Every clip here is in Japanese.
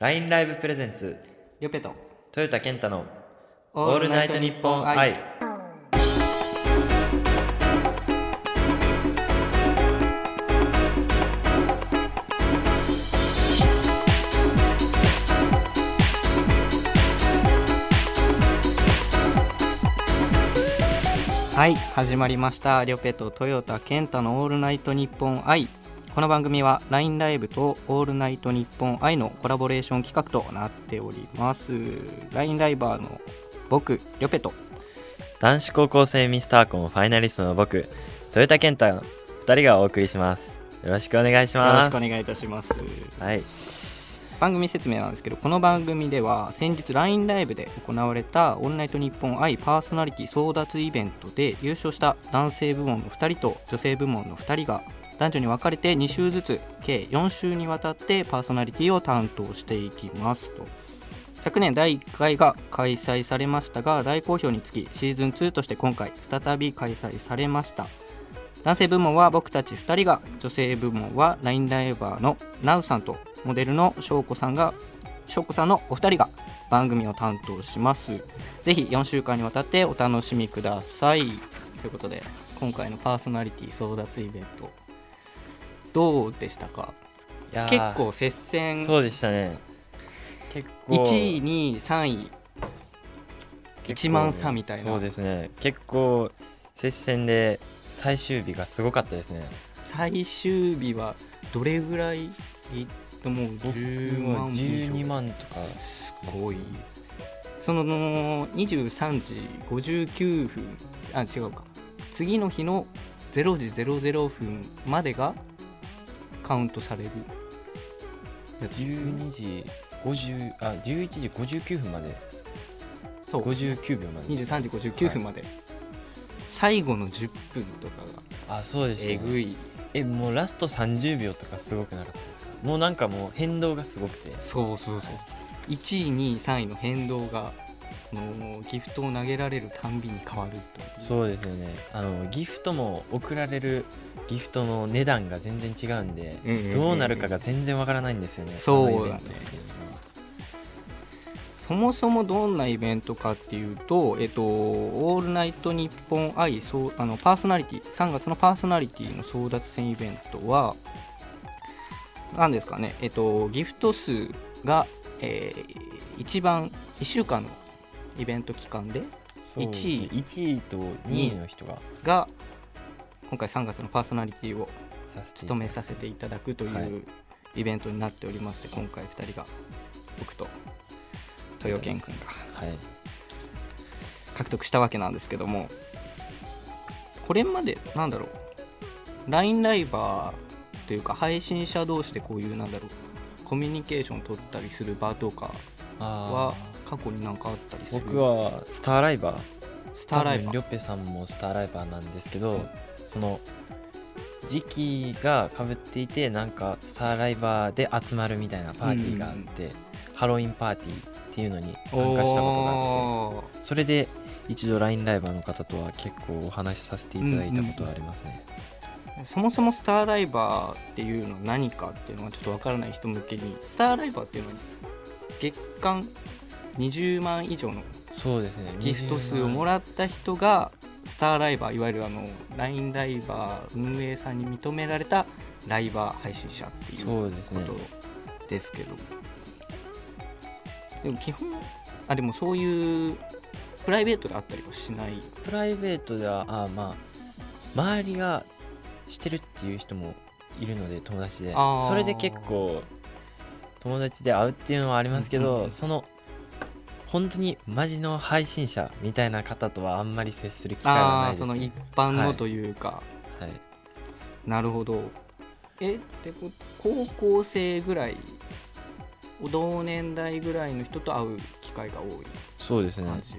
LINE ライブプレゼンツよぺと豊田健太のオールナイトニッポン愛はい始まりましたりょぺと豊田健太のオールナイトニッポン愛この番組は LINE ライブとオールナイトニッポン愛のコラボレーション企画となっております LINE ライバーの僕りょぺと男子高校生ミスターコンファイナリストの僕豊田健太2人がお送りしますよろしくお願いしよろましすくお願いいたしますはい番組説明なんですけどこの番組では先日 LINE ライブで行われた「オンライトニッポン愛パーソナリティ争奪イベント」で優勝した男性部門の2人と女性部門の2人が男女に分かれて2週ずつ計4週にわたってパーソナリティを担当していきますと昨年第1回が開催されましたが大好評につきシーズン2として今回再び開催されました男性部門は僕たち2人が女性部門はラインライバーのナウさんとモデルの翔子さんが翔子さんのお二人が番組を担当しますぜひ4週間にわたってお楽しみくださいということで今回のパーソナリティ争奪イベントどうでしたかいや結ー構接戦そうでしたね結構1位2位3位1万差みたいなそうですね結構接戦で最終日がすごかったですね最終日はどれぐらいもう僕10は万以上12万とかすごいその23時59分あ違うか次の日の0時00分までがカウントされるやつ12時50あ11時59分までそう59秒まで23時59分まで、最後の10分とかがあそうでしたえねぐいえもうラスト30秒とかすごくなかったですかもうなんかもう変動がすごくてそうそうそう1位2位3位の変動がもうギフトを投げられるたんびに変わるというそうですよねあのギフトも送られるギフトの値段が全然違うんで、うんうんうんどうなるかが全然わからないんですよねそうだねあのイベントっていうのはそもそもどんなイベントかっていうと「えっと、オールナイトニッポン愛そうあのパーソナリティ3月のパーソナリティの争奪戦イベントは何ですかね、えっと、ギフト数が、えー一番1週間のイベント期間でそうです1ね位1位と2位の人がが今回3月のパーソナリティをさせていた務だめいてさせていただくといはいうイベントになっておりまして今回2人が僕と豊健君が。はい獲得したわけなんですけどもこれまでなんだろう LINE ライバーというか配信者同士でこういうなんだろうコミュニケーション取ったりする場とかはあ過去になんかあったりする僕はスターライバースターライバ多分リーョペさんもスターライバーなんですけど、その時期がかぶっていてなんかスターライバーで集まるみたいなパーティーがあって、ハロウィンパーティーっていうのに参加したことがあっおーてそれで一度 LINE ライバーの方とは結構お話しさせていただいたことはありますね、そもそもスターライバーっていうのは何かっていうのはちょっとわからない人向けにスターライバーっていうのは月間20万以上のそうですねギフト数をもららった人がスターライバーいわゆるあの LINE ライバー運営さんに認められたライバー配信者っていうこそうですねとですけどでも基本あでもそういうプライベートであったりはしないプライベートではあまあ周りがしてるっていう人もいるので友達であーそれで結構友達で会うっていうのはありますけうんうんうどんその本当にマジの配信者みたいな方とはあんまり接する機会はないあーです、そね、の一般はのいというか、はい、なるほどえでこ高校生ぐらい同年代ぐらいの人と会う機会が多いそうですね感じ、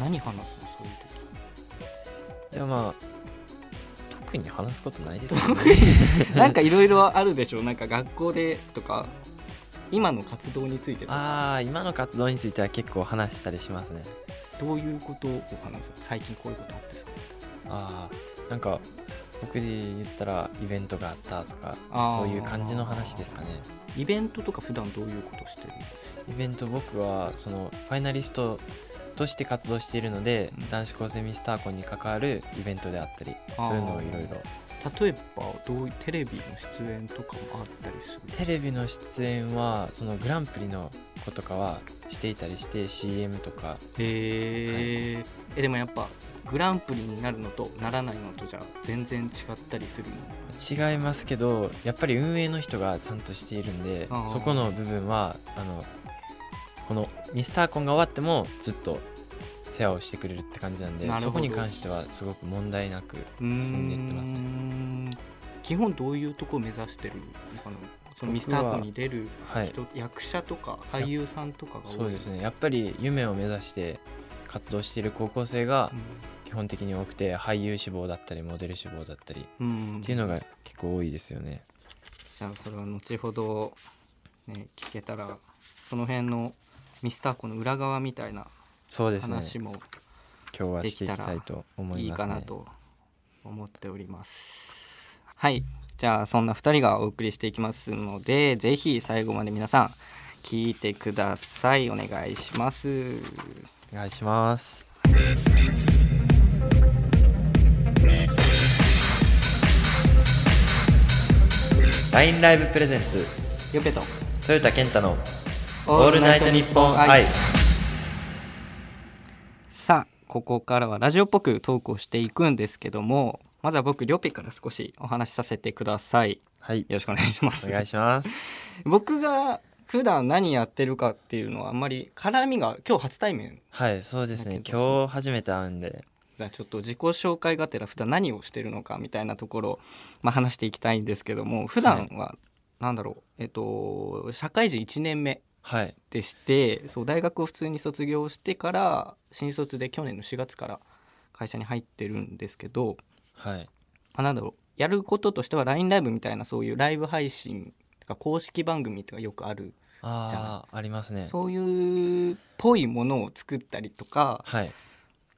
何話すのそういう時でもまあ特に話すことないですよね なんかいろいろあるでしょなんか学校でとか今の活動についてとかああ今の活動については結構話したりしますねどういうことを話す最近こういうことあってさああなんか僕で言ったらイベントがあったとかあーそういう感じの話ですかねイベントとか普段どういうことしてるイベント僕はそのファイナリストとして活動しているので、うん男子高生ミスターコンに関わるイベントであったりそういうのをいろいろ例えばどういうテレビの出演とかもあったりするテレビの出演はそのグランプリの子とかはしていたりして CM とかへーえでもやっぱグランプリになるのとならないのとじゃ全然違ったりするの違いますけどやっぱり運営の人がちゃんとしているんであーそこの部分はあのこのミスターコンが終わってもずっと世話をしてくれるって感じなんでなるほどそこに関してはすごく問題なくうーん進んでいってますね。基本どういうとこを目指してるのかなそのミスターコに出るはい人、役者とか俳優さんとかが多いそうですねやっぱり夢を目指して活動している高校生が基本的に多くて俳優志望だったりモデル志望だったりっうん、うんていうのが結構多いですよね。じゃあそれは後ほど、ね、聞けたらその辺のミスターコの裏側みたいなそうですね話も今日はしていきたいと思いいいます、ね、かなと思っております。はいじゃあそんな2人がお送りしていきますのでぜひ最後まで皆さん聞いてくださいお願いします。お願いします。ラインライブプレゼンツよぺと豊田健太のオールナイトニッポン愛さあここからはラジオっぽくトークをしていくんですけどもまずは僕りょぺから少しお話しさせてください。はいよろしくお願いします。お願いします。僕が普段何やってるかっていうのはあんまり絡みが今日初対面はいそうですねだけど今日初めて会うんでじゃあちょっと自己紹介がてら普段何をしてるのかみたいなところを、まあ、話していきたいんですけども普段は何だろう、えっと社会人1年目はいでしてそう大学を普通に卒業してから新卒で去年の4月から会社に入ってるんですけど、はいまあ、なんだろうやることとしては LINE ライブみたいなそういうライブ配信とか公式番組とかよくあるじゃああありますねそういうっぽいものを作ったりとかはい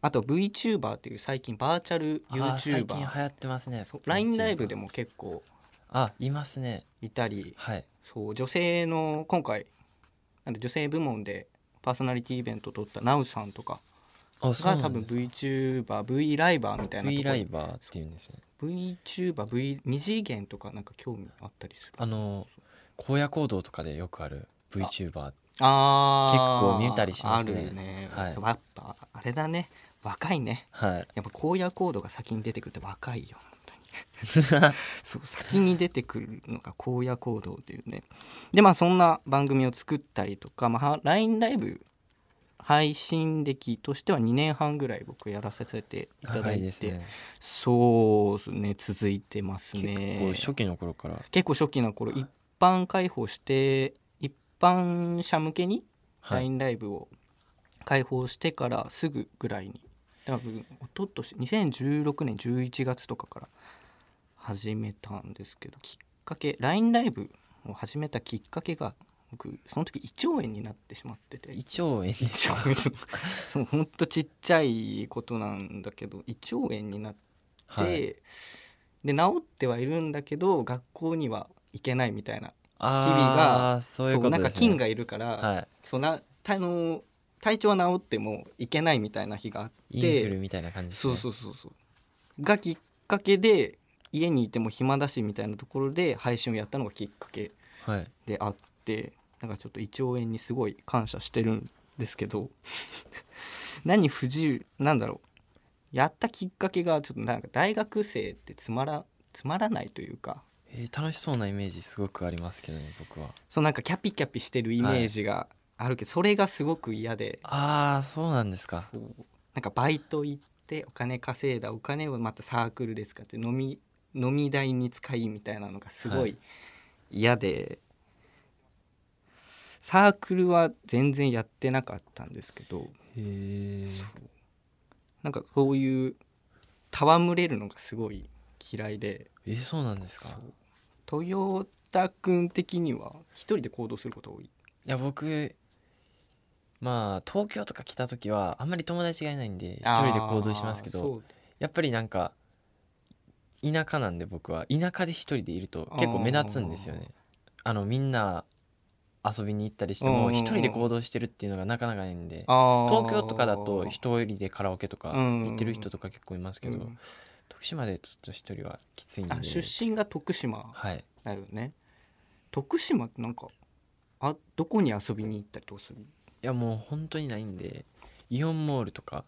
あと VTuber っていう最近バーチャルあー最近 YouTuber 流行ってますねそう LINE ライブでもも結構あいますねいたりはいそう女性の今回なんで女性部門でパーソナリティイベントを取ったナウさんとかあが多分 VTuberV ライバーみたいな V ライとバーっていうんですねこ VTuberV 二次元とかなんか興味あったりするあの荒野行動とかでよくある VTuber あー結構見たりしますねあるよね、はいやっぱあれだね若いねはいやっぱ荒野行動が先に出てくるって若いよ本当に そう先に出てくるのが荒野行動っていうねでまあそんな番組を作ったりとか、まあ、は LINE ライブ配信歴としては2年半ぐらい僕やらせていただ長いいてですねそうですね続いてますね結構初期の頃から結構初期の頃一般開放して一般者向けにはい LINE ライブを開放してからすぐぐらいに多分おととし2016年11月とかから始めたんですけどきっかけ LINE ライブを始めたきっかけが僕その時胃腸炎になってしまってて胃腸炎でしょ そうほんとちっちゃいことなんだけど胃腸炎になって、はいで治ってはいるんだけど学校には行けないみたいなあー日々がそういうことなんかですね菌がいるから、はそうなたあの体調は治ってもいけないみたいな日があっいインフルてみたいな感じですそうねそうそうそうがきっかけで家にいても暇だしみたいなところで配信をやったのがきっかけはいであってなんかちょっと胃腸炎にすごい感謝してるんですけど 何不自由なんだろうやったきっかけがちょっとなんか大学生ってつまらつまらないというかえー楽しそうなイメージすごくありますけどね僕はそうなんかキャピキャピしてるイメージがあるけど、それがすごく嫌でああそうなんですかそうなんかバイト行ってお金稼いだお金をまたサークルで使って飲み飲み代に使いみたいなのがすごはいい嫌で、サークルは全然やってなかったんですけど、へえそうなんかそういう戯れるのがすごい嫌いでえーそうなんですかそう豊田君的には一人で行動することが多いいや僕まあ東京とか来た時はあんまり友達がいないんで一人で行動しますけあーそどうやっぱりなんか田舎なんで僕は田舎で一人でいると結構目立つんですよねあのみんな遊びに行ったりしてうんうんうもん一人で行動してるっていうのがなかなかないんで東東京とかだと一人でカラオケとかうんうんうん行ってる人とか結構いますけど、徳島でちょっと一人はきついんであ出身が徳島はいだよね徳島ってなんかあどこに遊びに行ったりとかするいやもう本当にないんでイオンモールとか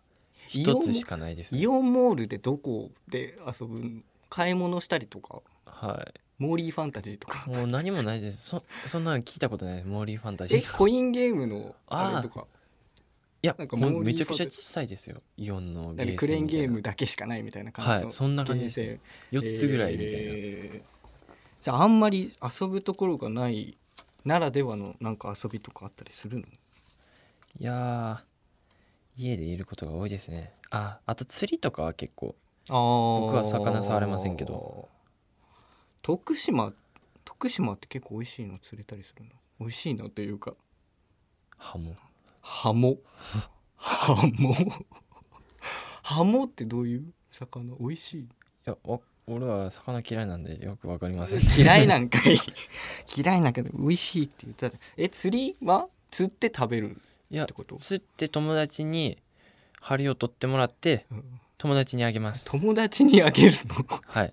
イオン一つしかないですねイオンモールでどこで遊ぶん買い物したりとかはモーリーファンタジーとかいもう何もないですそそんなの聞いたことないですモーリーファンタジえーとかコインゲームのあれとかいやなんかもうモーリめーちゃくちゃファンタジ小さいですよイオンのゲーセン何クレーンみたいゲなームだけしかないみたいな感はじいのそんなゲ感じーです、ねセ、ン4つぐらいみたいな、えーじゃああんまり遊ぶところがないならではのなんか遊びとかあったりするのいやー家でいることが多いですねああと釣りとかは結構僕は魚触れませんけど徳島徳島って結構美味しいの釣れたりするの美味しいのというかハモハモハモハモってどういう魚美味しいいやわ俺は魚嫌いなんでよくわかりません嫌いなんかい嫌いなんかで美味しいって言ったらえ釣りは釣って食べるいやってこと、釣って友達に針を取ってもらってうん友達にあげます友達にあげるの はい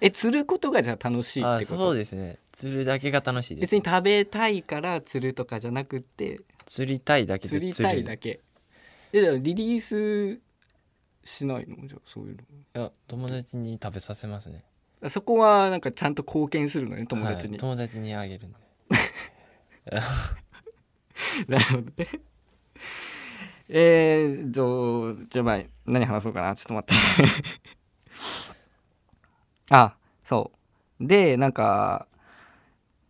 え釣ることがじゃあ楽しいっあてこそうとですね釣るだけが楽しいです別に食べたいから釣るとかじゃなくて釣りたいだけで釣釣るりたいだけえじゃあリリースしないのじゃあそういうのいや友達に食べさせますねあそこはなんかちゃんと貢献するのね友達はに、い友達にあげるんでなるほどね えー、じゃあじゃあまあ何話そうかなちょっと待って あそうでなんか、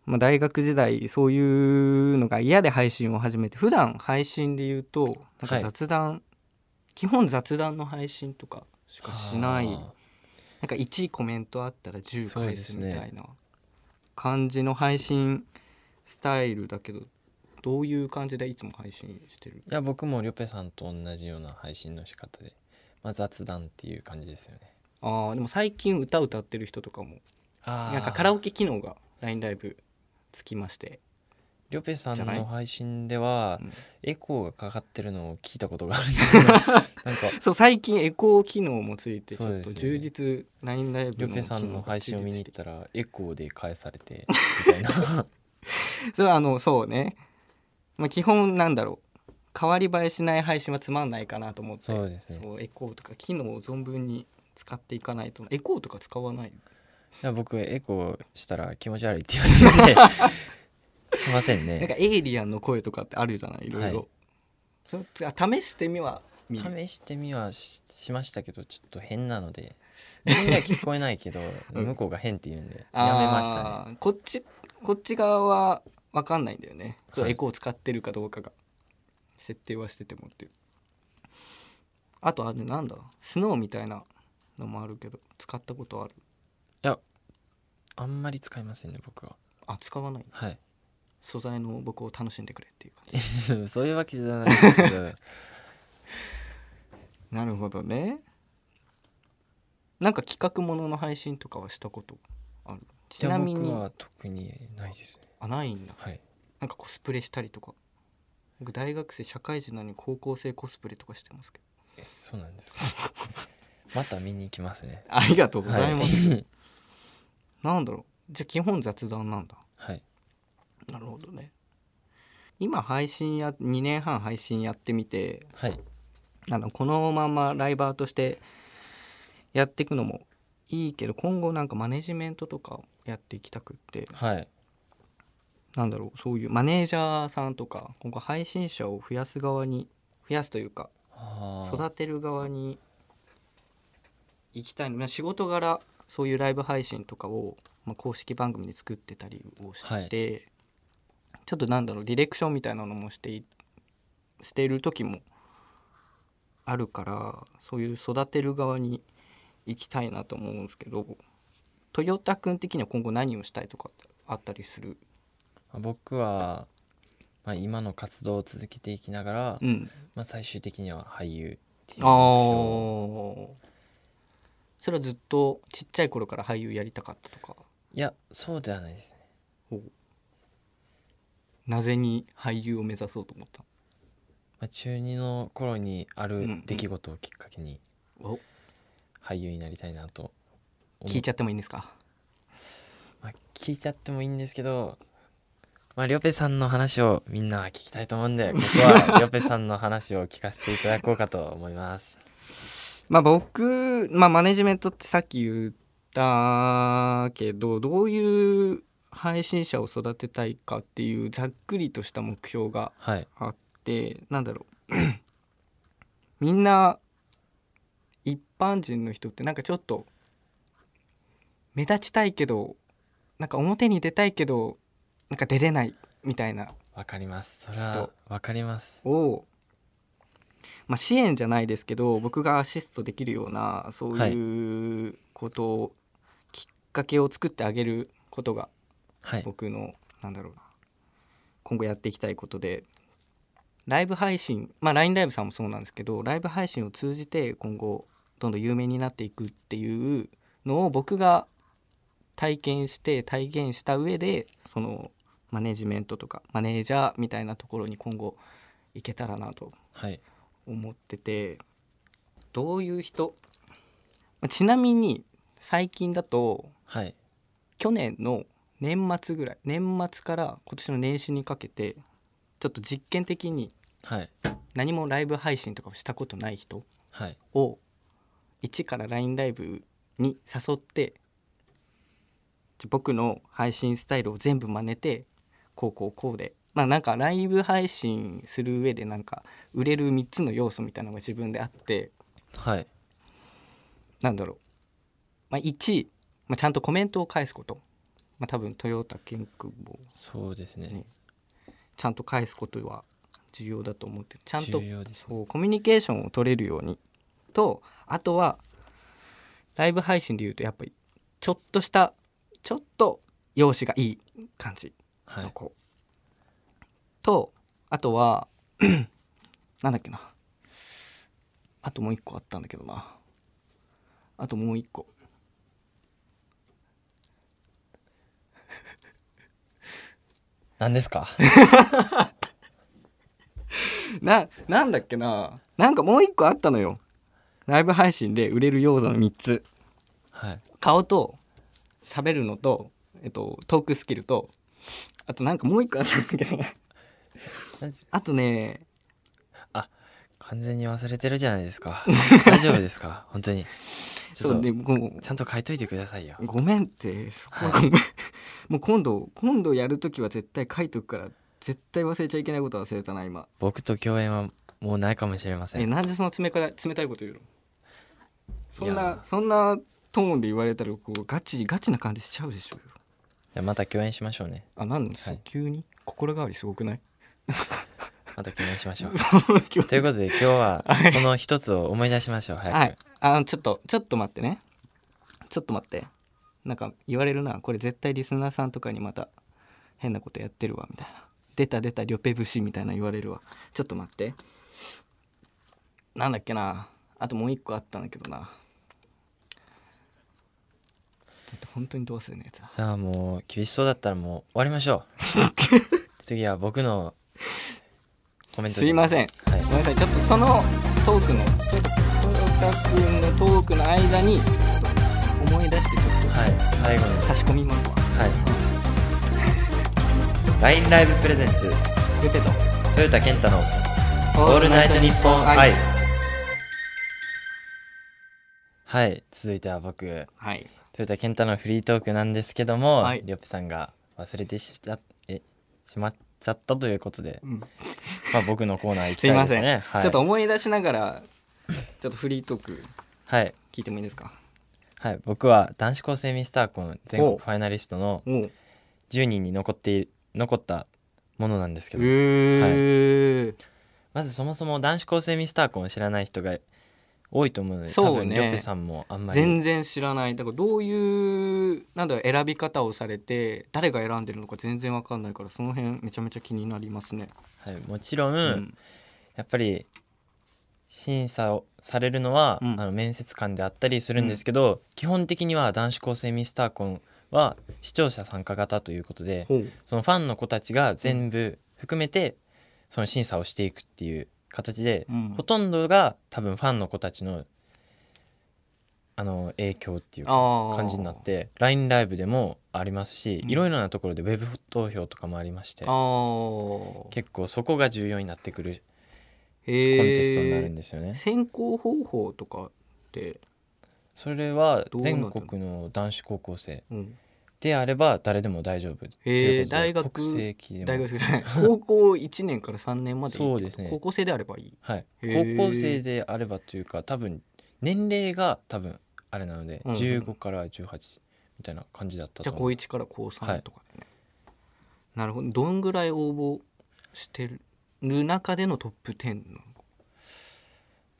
まあ、大学時代そういうのが嫌で配信を始めて普段配信で言うとなんはかい雑談、基本雑談の配信とかしかしないあなんか1コメントあったら10そう返ですすみねたいな感じの配信スタイルだけどどういう感じでいつも配信してるーいや僕もりょぺさんと同じような配信の仕方で、まあ、雑談っていう感じですよねああでも最近歌歌ってる人とかもあなんかカラオオケ機能が LINE ライブつきましてりょぺさんじゃないの配信では、うんエコーがかかってるのを聞いたことがあるんですけど なんかそう最近エコー機能もついてちそうょっですとよね充実 LINE ラりイブょのぺさ機んの能が配信を充見実にして行ったらエコーで返されてみた いなそれはあのそうね、まあ、基本なんだろう変わり映えしない配信はつまんないかなと思ってそうですねそうエコーとか機能を存分に使っていかないとエコーとか使わないいや僕エコーしたら気持ち悪いって言われて しませんなんねかエイリアンの声とかってあるじゃないいろいろ、はいそれあ試してみは見る試してみはししましたけどちょっと変なの でみんな聞こえないけど、うん向こうが変って言うんでやめましたねあーこっちこっち側は分かんないんだよねそう、はいエコー使ってるかどうかが設定はしててもっていうあとあれなんだスノーみたいなのもあるけど使ったことあるあんまり使いませんね僕はあ使わないはい 素材の僕を楽しんでくれっていう感じそういうわけじゃないですけ どなるほどねなんか企画ものの配信とかはしたことあるちいなやみに僕は特にないですねあないんだはいなんかコスプレしたりとか僕大学生社会人なのに高校生コスプレとかしてますけどえそうなんです かまた見に行きますねありがとうございます、はいなんだろうじゃあ基本雑談なんだはいなるほどね今配信や2年半配信やってみてはいあのこのままライバーとしてやっていくのもいいけど今後なんかマネジメントとかやっていきたくってはいなんだろうそういうマネージャーさんとか今後配信者を増やす側に増やすというかあー育てる側に行きたいのまあ仕事柄そういうライブ配信とかを、まあ、公式番組で作ってたりをして、はいちょっとなんだろうディレクションみたいなのもしていしている時もあるからそういう育てる側に行きたいなと思うんですけど豊田君的には今後何をしたいとかってあったりするまあ僕は、まあ、今の活動を続けていきながら、うんまあ、最終的には俳優っていうああ目標それはずっとちっちゃい頃から俳優やりたかったとかいやそうではないですねほうなぜに俳優を目指そうと思ったまあ、中2の頃にあうんうるん出来事をきっかけにお俳優になりたいなと思聞いちゃってもいいんですかまあ、聞いちゃってもいいんですけど、まあ、りょぺさんの話をみんなは聞きたいと思うん でここはりょぺさんの話を聞かせていただこうかと思います。まあ僕、まあ、マネジメントってさっき言ったけどどういう配信者を育てたいかっていうざっくりとした目標がはい、あってなんだろう みんな一般人の人ってなんかちょっと目立ちたいけどなんか表に出たいけどなんか出れないみたいなわかります。それきっはとわかります。を、まあ、支援じゃないですけど僕がアシストできるようなそういうことをきっかけを作ってあげることがはい、僕のなんだろうな今後やっていきたいことでライブ配信まあ LINE ライブさんもそうなんですけどライブ配信を通じて今後どんどん有名になっていくっていうのを僕が体験して体現した上でそのマネジメントとかマネージャーみたいなところに今後いけたらなとはい、思っててどういう人まあちなみに最近だとはい、去年の年末ぐらい年末から今年の年始にかけてちょっと実験的にはい、何もライブ配信とかをしたことない人はい。を一から LINE ライブに誘ってちょ僕の配信スタイルを全部真似てこうこうこうでまあなんかライブ配信する上でなんか売れる3つの要素みたいなのが自分であってはい、なんだろう、まあ、1、まあ、ちゃんとコメントを返すこと、まあ、多分豊田健久保そうですねね。ちゃんと返すことは重要だと思ってるちゃんと重要ですね。そうコミュニケーションを取れるようにとあとはライブ配信で言うとやっぱりちょっとしたちょっと容姿がいい感じはのい、子、とあとは なんだっけなあともう一個あったんだけどなあともう一個何ですか？ななんだっけななんかもう一個あったのよライブ配信で売れる要素の3つはい、顔と喋るのと、えっと、トークスキルとあとなんかもう一個あったんだけどななんです あとね完全に忘れてるじゃないです か。大丈夫ですか？本当に。ちそょっうとでもうちゃんと書いといてくださいよ。ごめんってそこははごめん、 もう今度今度やる時は絶対書いとくから絶対忘れちゃいけないこと忘れたな今僕と共演はもうないかもしれませえん。なんでその冷か冷たいこと言うのそいんやなそんなトーンで言われたらこうガチガチな感じしちゃうでしょうよじゃあまた共演しましょうね。あなんで、はい急に心変わりすごくない また共演しましょう。急にということで今日 はその一つを思い出しましょう。早くはい。あちょっと、ちょっと待ってね。ちょっと待って。なんか言われるな。これ絶対リスナーさんとかにまた変なことやってるわ、みたいな。出た出た、リョペ節みたいな言われるわ。ちょっと待って。なんだっけな。あともう一個あったんだけどな。ちょっと待って本当にどうするのやつだ。じゃあもう厳しそうだったらもう終わりまし ょう。次は僕のコメントすいませんはごい。めんなさい。ちょっとそのトークの、豊田君のトークの間に、ちょっと思い出して、ちょっはい。最後にと差し込みますわ。はい。LINE ライブプレゼンツリョペと。トヨタ健太のオオールナイトニッポン愛はい。。はい。続いては僕はい。トヨタ健太のフリートークなんですけども、はいりょっぺさんが忘れてしまえしまっちゃったということで、まあ僕のコーナー行きすいたいまでせすん、ね。はい、ちょっと思い出しながら、ちょっとフリートークはい聞いてもいいですか。はい、僕は男子高生ミスターコン全国おうファイナリストのおう。 10人に残っている残ったものなんですけど、えまずそもそも男子高生ミスターコンを知らない人が多いと思うので、そう多分ねりょっぺさんもあんまり全然知らない。だからどういうなんだろう選び方をされて、誰が選んでるのか全然わかんないから、その辺めちゃめちゃ気になりますね。はい、もちろん、う。やっぱり審査をされるのは、うんあの面接官であったりするんですけど、基本的には男子高生ミスターコンは視聴者参加型ということでほうそのファンの子たちが全部含めてその審査をしていくっていう形で、うんほとんどが多分ファンの子たちのあの影響っていうかあー感じになって LINE ライブでもありますし、うんいろいろなところでウェブ投票とかもありましてあー結構そこが重要になってくるコンテストになるんへえですよね。選考方法とかって、それはどうなってんの全国の男子高校生うん、であれば誰でも大丈夫っていうことでへー大学国籍でも大学じゃない高校1年から3年までいいってこそとうですね高校生であればいい、はい、へ高ー校生であればというか多分年齢が多分あれなので、うんうん15から18みたいな感じだったとじゃあ思高う1から高は3いとかでね、なるほどどんぐらい応募してる中でのトップ10なの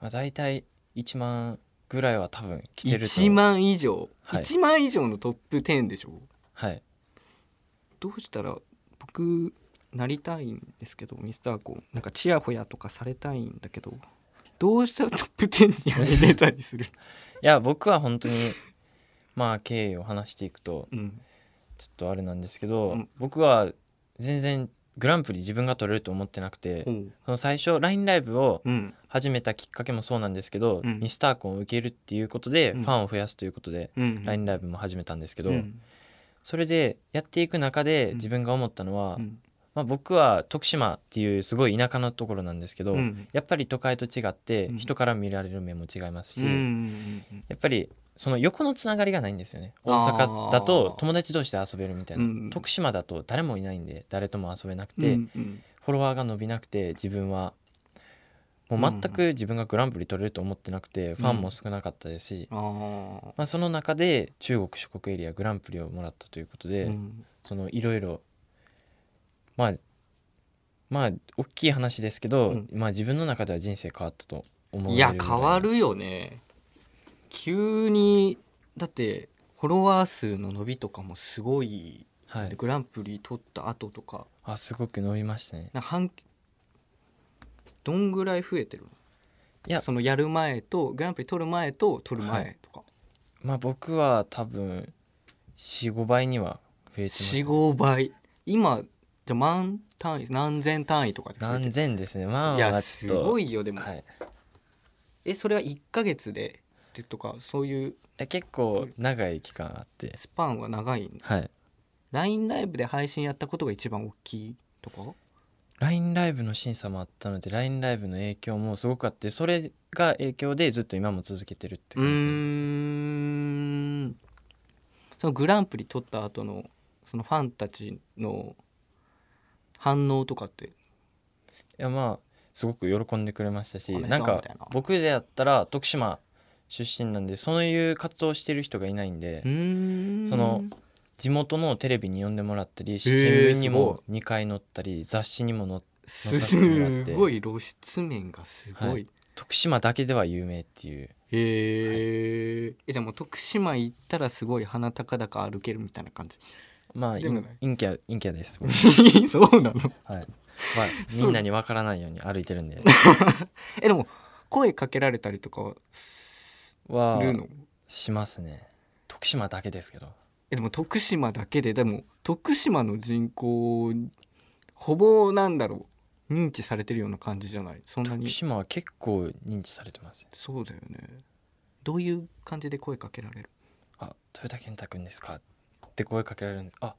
まあ、大体1万ぐらいは多分来てると1万以上、はい1万以上のトップ10でしょはいどうしたら僕なりたいんですけどミスターコーなんかチヤホヤとかされたいんだけどどうしたらトップ10に入れた りする、いや僕は本当にまあ経緯を話していくとうん、ちょっとあれなんですけど、うん僕は全然グランプリ自分が取れると思ってなくて、おうその最初 LINE ライブをうん始めたきっかけもそうなんですけど、うんミスターコンを受けるっていうことでうフんァンを増やすということでうん LINE ライブも始めたんですけど、うんそれでやっていく中うでん自分が思ったのは、うんまあ、僕は徳島っていうすごい田舎のところなんですけど、うんやっぱり都会と違ってうん人から見られる目も違いますし、うんうんうんやっぱりその横のつながりがないんですよね大あー阪だと友達同士で遊べるみたいな、うん徳島だと誰もいないんで誰とも遊べなくうて、んうんフォロワーが伸びなくて自分はもう全く自分がグランプリ取れると思ってなくて、ファンも少なかったですし、あまあ、その中で中国四国エリアグランプリをもらったということあ、で、うんそのいろいろまあまあ大きい話ですけど、うんまあ自分の中では人生変わったと思ういや変わるよね急にだってフォロワー数の伸びとかもすごい、はいグランプリ取った後とかあすごく伸びましたねな半どんぐらい増えてるのいやそのやる前とグランプリ取る前と取るは前とか、まあ僕は多分45倍には増えてます45倍今じゃあ万単位何千単位とかで増えて何る千ですねまあいまやあちすょっとごいよでも、はいいえそれは1か月でってとかそういうや結構長い期間あってスパンは長いんだはい LINE ライブで配信やったことが一番大きいとか LINE ライブの審査もあったので LINE ライブの影響もすごくあってそれが影響でずっと今も続けてるってうー感じなんですんそのグランプリ取った後のそのファンたちの反応とかっていやまあすごく喜んでくれましたしおめでとうなんかみたいな僕であったら徳島出身なんでそういう活動をしてる人がいないんでその地元のテレビに呼んでもらったり新聞にも2回載ったり雑誌にも載っすさせてもらってごい露出面がすごい、はい徳島だけでは有名っていうへーえじゃあもう徳島行ったらすごい鼻高々歩けるみたいな感 じまあ陰でもない陰キャ陰キャ です僕そうなのはい、まあ、みんなにわからないように歩いてるん でえでも声かけられたりとかははるのしますね徳島だけですけどえでも徳島だけででも徳島の人口ほぼなんだろう認知されてるような感じじゃないそんなに徳島は結構認知されてますそうだよねどういう感じで声かけられるあ、豊田健太くんですかって声かけられるんです。あ、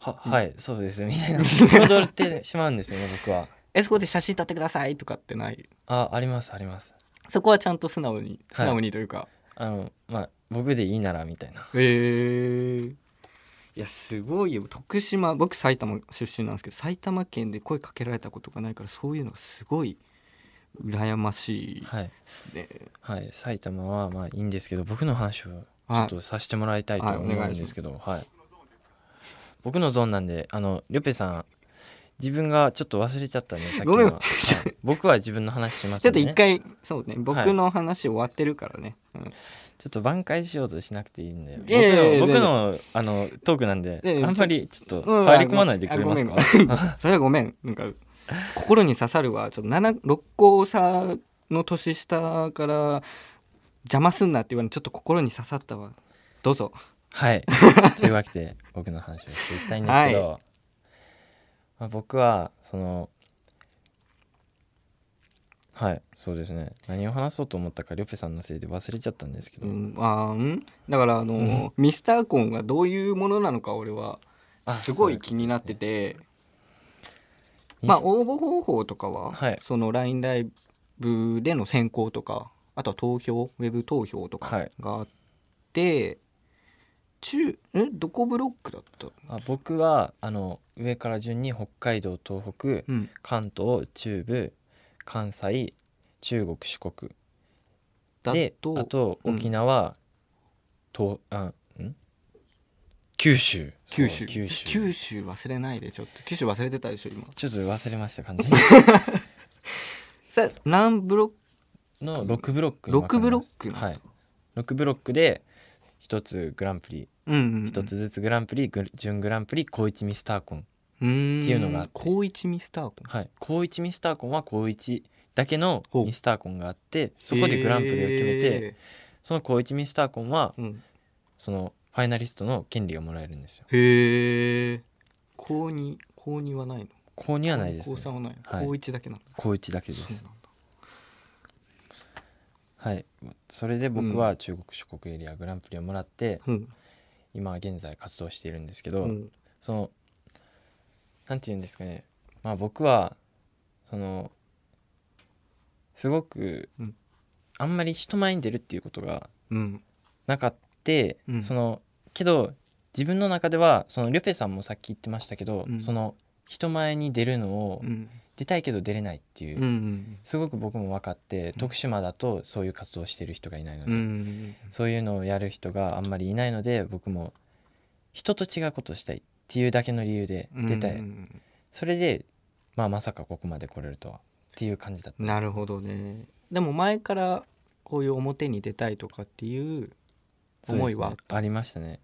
は、うんはい、そうですみたいな。戻ってしまうんですよね、僕は。えそこで写真撮ってくださいとかってないあ、あります、あります。そこはちゃんと素直にい素直にというか、あの、まあ、僕でいいならみたいな。へえいやすごいよ徳島僕埼玉出身なんですけど埼玉県で声かけられたことがないからそういうのがすごい羨ましいではい、すね、はい、埼玉はまあいいんですけど、僕の話をちょはっいとさせてもらいたいとはい思うお願いしますんですけど、はい。僕のゾーンなんで、あの、りょぺさん、自分がちょっと忘れちゃったね、さっきのごめんはい僕は自分の話しますちんょっとでね一回そうね僕の話終わってるからね、うんちょっと挽回しようとしなくていいんで、いやいやいや僕の僕のあのトークなんで、いやいやあんまりちょっとうん入り込まないでくれますあかご、めんごめん それはごめんなんか心に刺さるわちょっと7 6個差の年下から邪魔すんなって言われてちょっと心に刺さったわどうぞ はい。というわけで僕の話をしていきたいんですけど、まあ、僕はそのはいそうですね何を話そうと思ったかリョペさんのせいで忘れちゃったんですけど、うん、あーうんだからあのー、ミスターコーンがどういうものなのか俺はあすごそういういこと気になってて、まあミス応募方法とかは、はいその LINE ライブでの選考とかあとは投票ウェブ投票とはかいがあって、中えどこブロックだった、あ僕はあの上から順に北海道東北うん、関東中部関西中国四国だでとあとうん沖縄、とあん九州九そ州う九州九州忘れないでちょっと九州忘れてたでしょ今ちょっと忘れました完全 さ何ブロックにの6ブロックに分かれます六ブロックなんだはい6ブロックで1つグランプリうんうんうん、 1つずつグランプリ、グ準グランプリ高一ミスターコンうーんっていうのがあって高一ミスターコンはい高一ミスターコンは高一だけのほうミスターコンがあってそこでグランプリを決めて、その高一ミスターコンはへーうんそのファイナリストの権利がもらえるんですよへえ高二高二はないの高にはないです、高ね、三はないの、はい高一だけなんだ高一だけでそうすなんだはいそれで僕は中国諸国エリアグランプリをもらって、うん今現在活動しているんですけど、うんそのなんて言うんですかねまあ僕はそのすごく、うんあんまり人前に出るっていうことがうんなかった、うんそのけど自分の中ではそのリョペさんもさっき言ってましたけど、うんその人前に出るのを、うん出たいけど出れないっていう、うんうんすごく僕も分かって、徳島だとそういう活動をしてる人がいないのうんうで、んそういうのをやる人があんまりいないので僕も人と違うことをしたいっていうだけの理由でうん出たい、うんそれで、まあ、まさかここまで来れるとはっていう感じだったんですなるほどねでも前からこういう表に出たいとかっていうそうですね思いはあっありましたね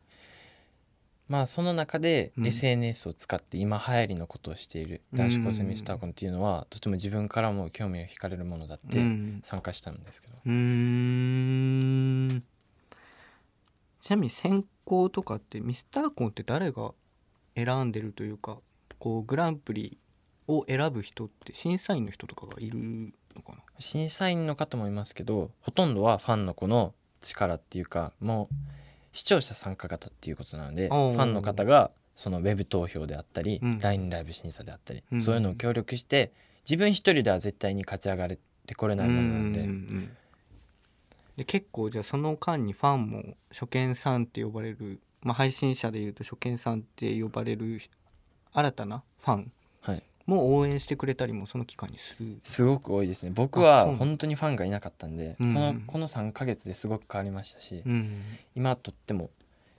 まあその中でうん SNS を使って今流行りのことをしている男子高生ミスターコンっていうのはとても自分からも興味を惹かれるものだっうてん参加したんですけど、うーんちなみに選考とかってミスターコンって誰が選んでるというかこうグランプリを選ぶ人って審査員の人とかがいるのかな審査員の方もいますけどほとんどはファンの子の力っていうかもう視聴者参加型っていうことなのでフおーァンの方がそのウェブ投票であったり、うん LINE ライブ審査であったり、うんそういうのを協力して自分一人では絶対に勝ち上がれてこれないものなので、うんうんうんで結構じゃあその間にファンも初見さんって呼ばれる、まあ、配信者でいうと初見さんって呼ばれる新たなファンはい、も応援してくれたりもその期間にするすごく多いですね僕あはそうなんだ本当にファンがいなかったんで、うんそのこの3ヶ月ですごく変わりましたし、うん今とっても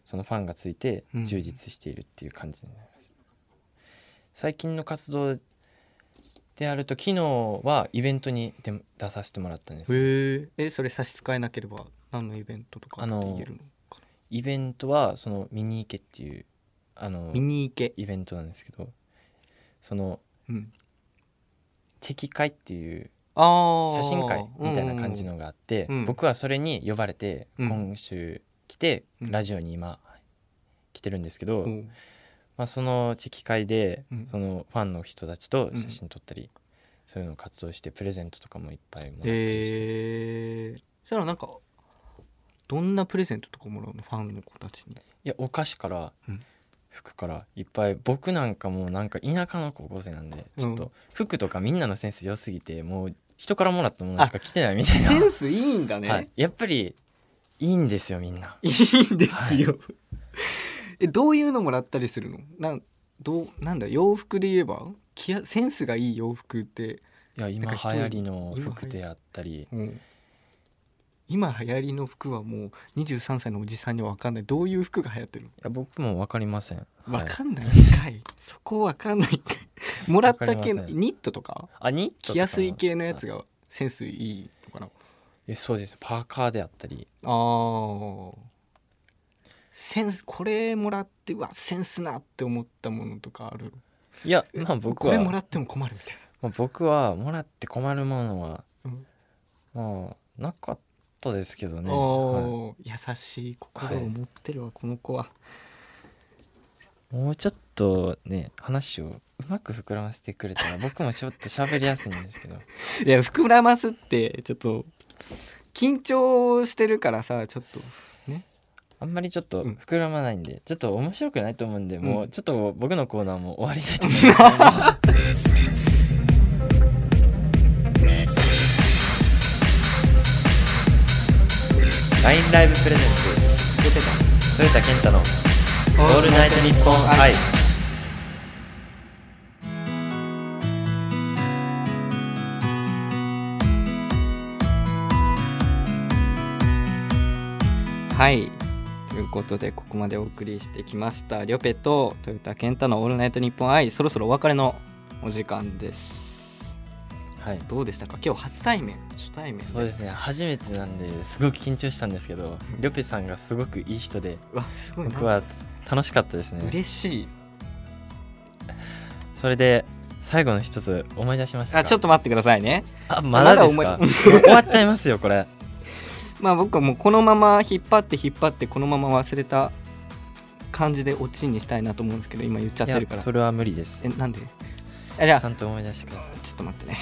そのファンがついてうん充実しているっていう感じになります、最近の活動であると昨日はイベントに出出させてもらったんですよへええそれ差し支えなければ何のイベントとかって言えるのかイベントはその見に行けっていうあのな見に行け、イベントなんですけどそのうん、チェキ会っていうあー写真会みたいな感じのがあって、うん僕はそれに呼ばれてうん今週来て、うんラジオに今来てるんですけど、うんうんまあ、そのチェキ会で、うんそのファンの人たちと写真撮ったり、そういうのを活動してプレゼントとかもいっぱいもらったりして、えー、そしたらなんかどんなプレゼントとかもらうのファンの子たち にいやお菓子から、うん服からいっぱい僕なんかもうなんか田舎の高校生なんでちょっうと服とかみんなのセンス良すぎてもう人からもらったものしか着てないみたいな セ、ンスいいんだね、 はい、やっぱりいいんですよみんな。い、いんですよ、えどういうのもらったりするのなんどうなんだ洋服で言えばきやセンスがいい洋服って、いや今か流人行りの今服であったりうん今流行りの服はもう23歳のおじさんには分かんないどういう服が流行ってるのいや僕も分かりません、はわい、かんないんかい、そこわかんないんか いもらったわか系りまのせんニットとかあニットとかも着やすい系のやつがセンスいいのかなえそうですパーカーであったりあーセンスこれもらってうわセンスなって思ったものとかあるいやまあ僕これはもらっても困るみたいまあ、僕はもらって困るものは、うんまあなかっとですけどね、はおー優しい心を持ってるわ、この子は。 い、もうちょっとね話をうまく膨らませてくれたら僕もちょっと喋りやすいんですけどいや膨らますってちょっと緊張してるからさちょっとあんまりちょっとうん膨らまないんで、ちょっと面白くないと思うんで、もううんちょっと僕のコーナーも終わりたいと思いますラインライブプレゼン出てツトヨタ健太の「たオールナイトニッポンは愛い」はいということでここまでお送りしてきましたリョペと豊田健太の「オールナイトニッポン愛」そろそろお別れのお時間ですはいどうでしたか今日初対面初対面でそうですね初めてなんですごく緊張したんですけどりょぺさんがすごくいい人でうわすごいな僕は楽しかったですね嬉しいそれで最後の一つ思い出しましたあちょっとと待ってくださいねあまだですまだか思い終わっちゃいますよこれまあ僕はもうこのまま引っ張って引っ張ってこのまま忘れた感じでオチにしたいなと思うんですけど今言っちゃってるかいやらそれは無理ですえなんであじゃちあゃんと思い出してくださいちょっと待ってね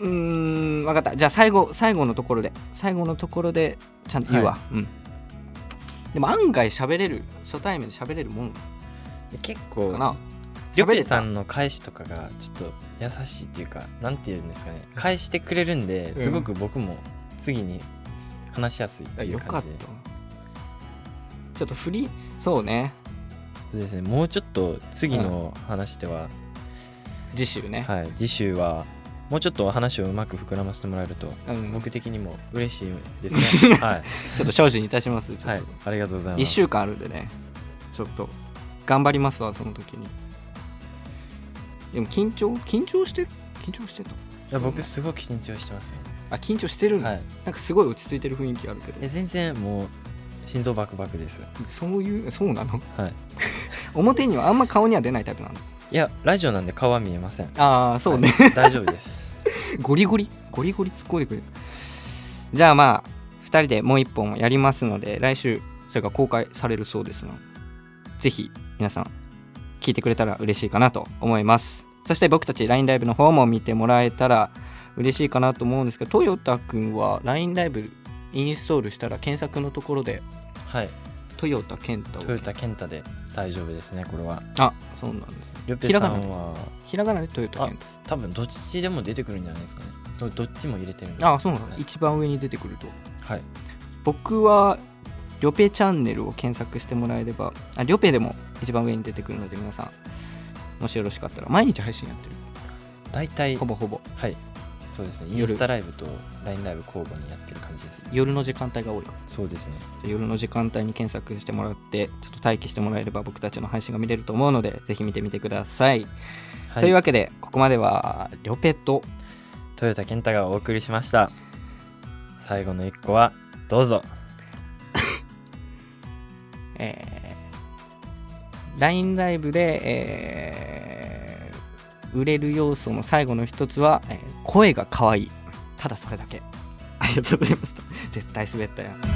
うーん分かったじゃあ最後最後のところで最後のところでちゃんと言うわ、はうんでも案外喋れる初対面で喋れるもん結かな構りょ喋れぺたさんの返しとかがちょっと優しいっていうかなんて言うんですかね返してくれるんでんすごく僕も次に話しやすいっあていようか感っじで、たちょっと振りそうねそうですねもうちょっと次の話では、次週ね、はい、次週はもうちょっとお話をうまく膨らませてもらえるとうん、僕僕的にも嬉しいですね はちょっと精進いたしますちょっい、とはい、ありがとうございます1週間あるんでねちょっと頑張りますわその時にでも緊張緊張してる緊張してたいや僕すごく緊張してますあ緊張してるね、の、はい、なんかすごい落ち着いてる雰囲気あるけえど全然もう心臓バクバクですそういうそうなの はい表にはあんま顔には出ないタイプなのいやラジオなんで顔は見えませんああそうね、はい大丈夫です ゴリゴリゴリゴリ突っ込んでくれるじゃあまあ2人でもう1本やりますので来週それが公開されるそうですのでぜひ皆さん聞いてくれたら嬉しいかなと思いますそして僕たち LINE ライブの方も見てもらえたら嬉しいかなと思うんですけどトヨタくんは LINE ライブインストールしたら検索のところではいトヨタ健太をトヨタ健太で大丈夫ですねこれはあそうなんですりょぺひらさがなでんはひらがなでトヨタ健太多分どっちでも出てくるんじゃないですかねそうどっちも入れてるんであそうなんだはい一番上に出てくるとはい僕はリョペチャンネルを検索してもらえればあリョペでも一番上に出てくるので皆さんもしよろしかったら毎日配信やってる大体ほぼほぼはいそうですねイン夜スタライブと LINE ライブ交互にやってる感じです夜の時間帯が多いからそうですね夜の時間帯に検索してもらってちょっと待機してもらえれば僕たちの配信が見れると思うのでぜひ見てみてください、はというわけでここまではリョペとトヨタ健太がお送りしました最後の一個はどうぞえー LINE ライブで、えー売れる要素の最後の一つは、えー声が可愛いただそれだけありがとうございました絶対滑ったよ